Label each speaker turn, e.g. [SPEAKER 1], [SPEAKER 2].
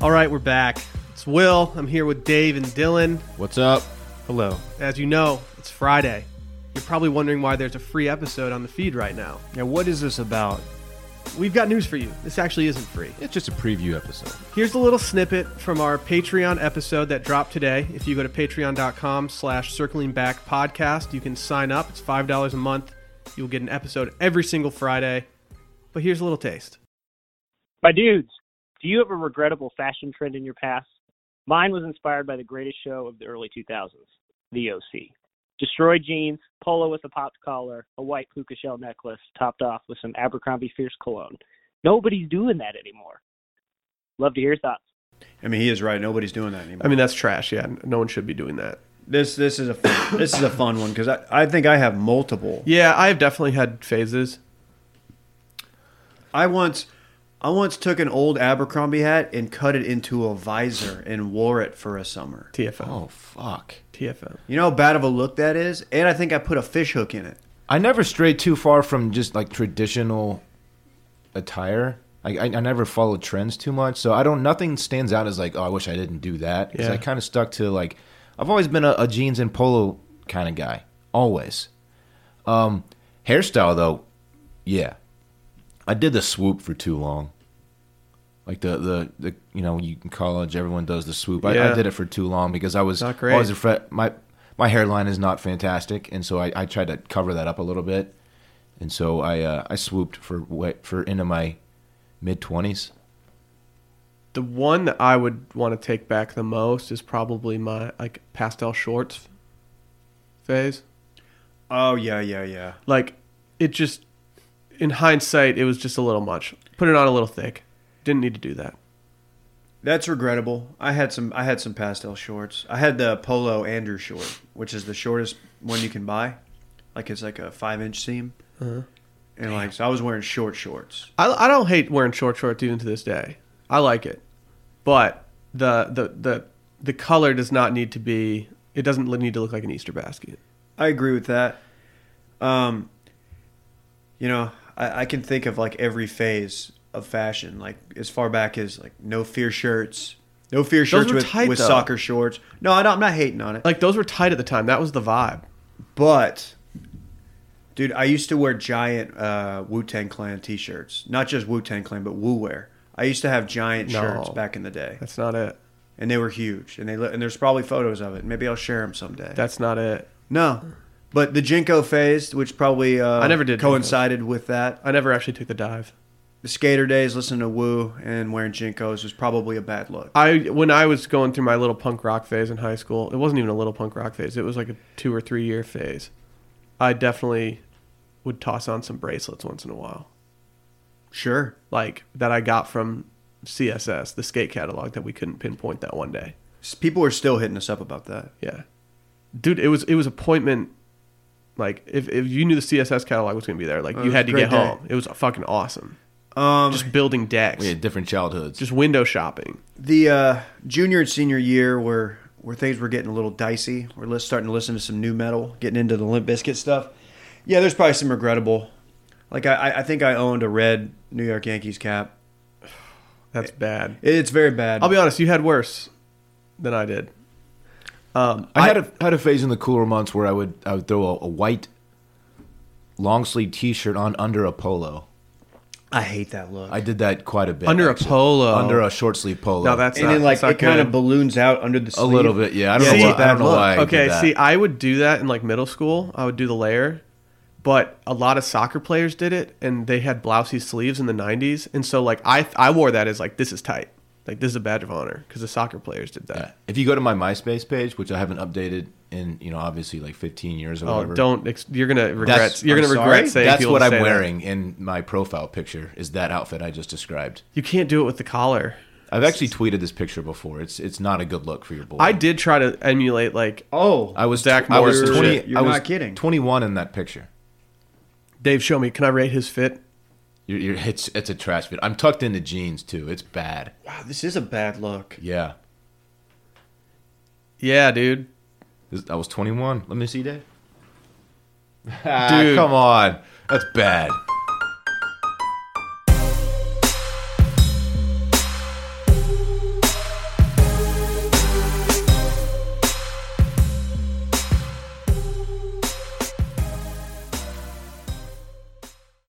[SPEAKER 1] All right, we're back. It's Will. I'm here with Dave and Dylan.
[SPEAKER 2] What's up?
[SPEAKER 3] Hello.
[SPEAKER 1] As you know, it's Friday. You're probably wondering why there's a free episode on the feed right now.
[SPEAKER 3] Now, what is this about?
[SPEAKER 1] We've got news for you. This actually isn't free.
[SPEAKER 2] It's just a preview episode.
[SPEAKER 1] Here's a little snippet from our Patreon episode that dropped today. If you go to patreon.com slash circling back podcast, you can sign up. It's $5 a month. You'll get an episode every single Friday. But here's a little taste.
[SPEAKER 4] My dudes, do you have a regrettable fashion trend in your past? Mine was inspired by the greatest show of the early 2000s, The OC. Destroyed jeans, polo with a popped collar, a white puka shell necklace topped off with some Abercrombie Fierce cologne. Nobody's doing that anymore. Love to hear your thoughts.
[SPEAKER 5] I mean, he is right. Nobody's doing that anymore.
[SPEAKER 1] I mean, that's trash. Yeah, no one should be doing that.
[SPEAKER 5] this this is a fun, this is a fun one because I, I think I have multiple.
[SPEAKER 1] Yeah, I've definitely had phases.
[SPEAKER 5] I once I once took an old Abercrombie hat and cut it into a visor and wore it for a summer.
[SPEAKER 1] TFO.
[SPEAKER 2] Oh fuck!
[SPEAKER 1] TFO.
[SPEAKER 5] You know how bad of a look that is, and I think I put a fish hook in it.
[SPEAKER 2] I never strayed too far from just like traditional attire. I, I, I never followed trends too much, so I don't. Nothing stands out as like, oh, I wish I didn't do that. 'Cause
[SPEAKER 1] Yeah.
[SPEAKER 2] I kind of stuck to like, I've always been a, a jeans and polo kind of guy, always. Um, hairstyle though, yeah, I did the swoop for too long. Like the the, the you know you in college everyone does the swoop. I, I
[SPEAKER 1] Yeah.
[SPEAKER 2] did it for too long because I was
[SPEAKER 1] Not great.
[SPEAKER 2] always afraid my my hairline is not fantastic, and so I, I tried to cover that up a little bit, and so I uh, I swooped for wa- for into my mid twenties.
[SPEAKER 1] The one that I would want to take back the most is probably my like pastel shorts phase.
[SPEAKER 5] Oh yeah, yeah, yeah.
[SPEAKER 1] Like it just in hindsight it was just a little much. Put it on a little thick. Didn't need to do that.
[SPEAKER 5] That's regrettable. I had some I had some pastel shorts. I had the polo Andrew short, which is the shortest one you can buy. Like it's like a five inch seam.
[SPEAKER 1] Uh-huh.
[SPEAKER 5] And like so I was wearing short shorts.
[SPEAKER 1] I, I don't hate wearing short shorts even to this day. I like it. But the the the the color does not need to be it doesn't need to look like an Easter basket.
[SPEAKER 5] I agree with that. Um, you know, I, I can think of like every phase of fashion, like as far back as like no fear shirts, no fear shirts
[SPEAKER 1] were
[SPEAKER 5] with,
[SPEAKER 1] tight,
[SPEAKER 5] with
[SPEAKER 1] though.
[SPEAKER 5] soccer shorts. No, I don't, I'm not hating on it,
[SPEAKER 1] Like those were tight at the time. That was the vibe.
[SPEAKER 5] but dude, I used to wear giant uh, Wu Tang Clan t-shirts, not just Wu Tang Clan, but Wu Wear. I used to have giant
[SPEAKER 1] No.
[SPEAKER 5] shirts back in the day,
[SPEAKER 1] That's not it.
[SPEAKER 5] and they were huge, and they look, and there's probably photos of it. Maybe I'll share them someday.
[SPEAKER 1] That's not it.
[SPEAKER 5] No, but the Jinko phase, which probably uh,
[SPEAKER 1] I never did
[SPEAKER 5] coincided with that.
[SPEAKER 1] I never actually took the dive.
[SPEAKER 5] The skater days, listening to Woo and wearing Jinkos was probably a bad look.
[SPEAKER 1] I when I was going through my little punk rock phase in high school, it wasn't even a little punk rock phase. It was like a two or three year phase. I definitely would toss on some bracelets once in a while,
[SPEAKER 5] Sure,
[SPEAKER 1] like that I got from CSS, the skate catalog that we couldn't pinpoint that one day.
[SPEAKER 5] S- people are still hitting us up about that.
[SPEAKER 1] Yeah, dude, it was it was appointment. Like if if you knew the CSS catalog was gonna be there, like
[SPEAKER 5] Oh, it
[SPEAKER 1] you
[SPEAKER 5] was
[SPEAKER 1] had
[SPEAKER 5] a
[SPEAKER 1] to
[SPEAKER 5] great
[SPEAKER 1] get
[SPEAKER 5] day.
[SPEAKER 1] home. It was fucking awesome.
[SPEAKER 5] Um,
[SPEAKER 1] Just building decks,
[SPEAKER 2] We had different childhoods.
[SPEAKER 1] just window shopping.
[SPEAKER 5] the uh, junior and senior year were where things were getting a little dicey. We're lis- starting to listen to some new metal, getting into the Limp Bizkit stuff. Yeah, there's probably some regrettable. Like I, I- I think I owned a red New York Yankees cap.
[SPEAKER 1] That's bad.
[SPEAKER 5] It- It's very bad.
[SPEAKER 1] I'll be honest, you had worse than I did. Um,
[SPEAKER 2] I, had a had a phase in the cooler months where I would I would throw a, a white long sleeve t shirt on under a polo.
[SPEAKER 5] I hate that look.
[SPEAKER 2] I did that quite a bit
[SPEAKER 1] Under a polo?
[SPEAKER 2] under a short sleeve polo.
[SPEAKER 1] No, that's-
[SPEAKER 5] and
[SPEAKER 1] not-
[SPEAKER 5] then like
[SPEAKER 1] it's not
[SPEAKER 5] it kind
[SPEAKER 1] good.
[SPEAKER 5] of balloons out under the
[SPEAKER 2] a
[SPEAKER 5] sleeve.
[SPEAKER 2] little bit. Yeah, I don't
[SPEAKER 5] Yeah,
[SPEAKER 2] know.
[SPEAKER 5] it's
[SPEAKER 2] Why,
[SPEAKER 5] a
[SPEAKER 2] I
[SPEAKER 5] bad
[SPEAKER 2] don't know
[SPEAKER 5] look.
[SPEAKER 2] why. I did
[SPEAKER 1] okay,
[SPEAKER 2] that.
[SPEAKER 1] see, I would do that in like middle school. I would do the layer, but a lot of soccer players did it, and they had blousey sleeves in the '90s, and so like I I wore that as like this is tight, like this is a badge of honor because the soccer players did that.
[SPEAKER 2] If you go to my MySpace page, which I haven't updated in, you know, obviously like 15 years or
[SPEAKER 1] Oh,
[SPEAKER 2] whatever.
[SPEAKER 1] don't ex- you're gonna regret
[SPEAKER 2] That's-
[SPEAKER 1] you're
[SPEAKER 2] I'm
[SPEAKER 1] gonna
[SPEAKER 2] sorry?
[SPEAKER 1] regret saying
[SPEAKER 2] That's
[SPEAKER 1] people
[SPEAKER 2] what
[SPEAKER 1] to
[SPEAKER 2] I'm
[SPEAKER 1] say that.
[SPEAKER 2] wearing in my profile picture. Is that outfit I just described?
[SPEAKER 1] You can't do it with the collar.
[SPEAKER 2] I've actually tweeted this picture before. It's it's not a good look for your boy.
[SPEAKER 1] I did try to emulate like
[SPEAKER 5] Oh,
[SPEAKER 2] I was
[SPEAKER 1] Zach
[SPEAKER 2] I was
[SPEAKER 1] Morris and
[SPEAKER 2] 20.
[SPEAKER 5] shit. You're
[SPEAKER 2] I was
[SPEAKER 5] not kidding.
[SPEAKER 2] 21 in that picture.
[SPEAKER 1] Dave. Show me. Can I rate his fit?
[SPEAKER 2] You're, you're, it's it's a trash fit. I'm tucked into jeans too. It's bad.
[SPEAKER 5] Wow, this is a bad look.
[SPEAKER 2] Yeah.
[SPEAKER 1] Yeah, dude.
[SPEAKER 2] This, I was 21. Let me see that.
[SPEAKER 1] Dude.
[SPEAKER 2] come on. Ah, That's bad.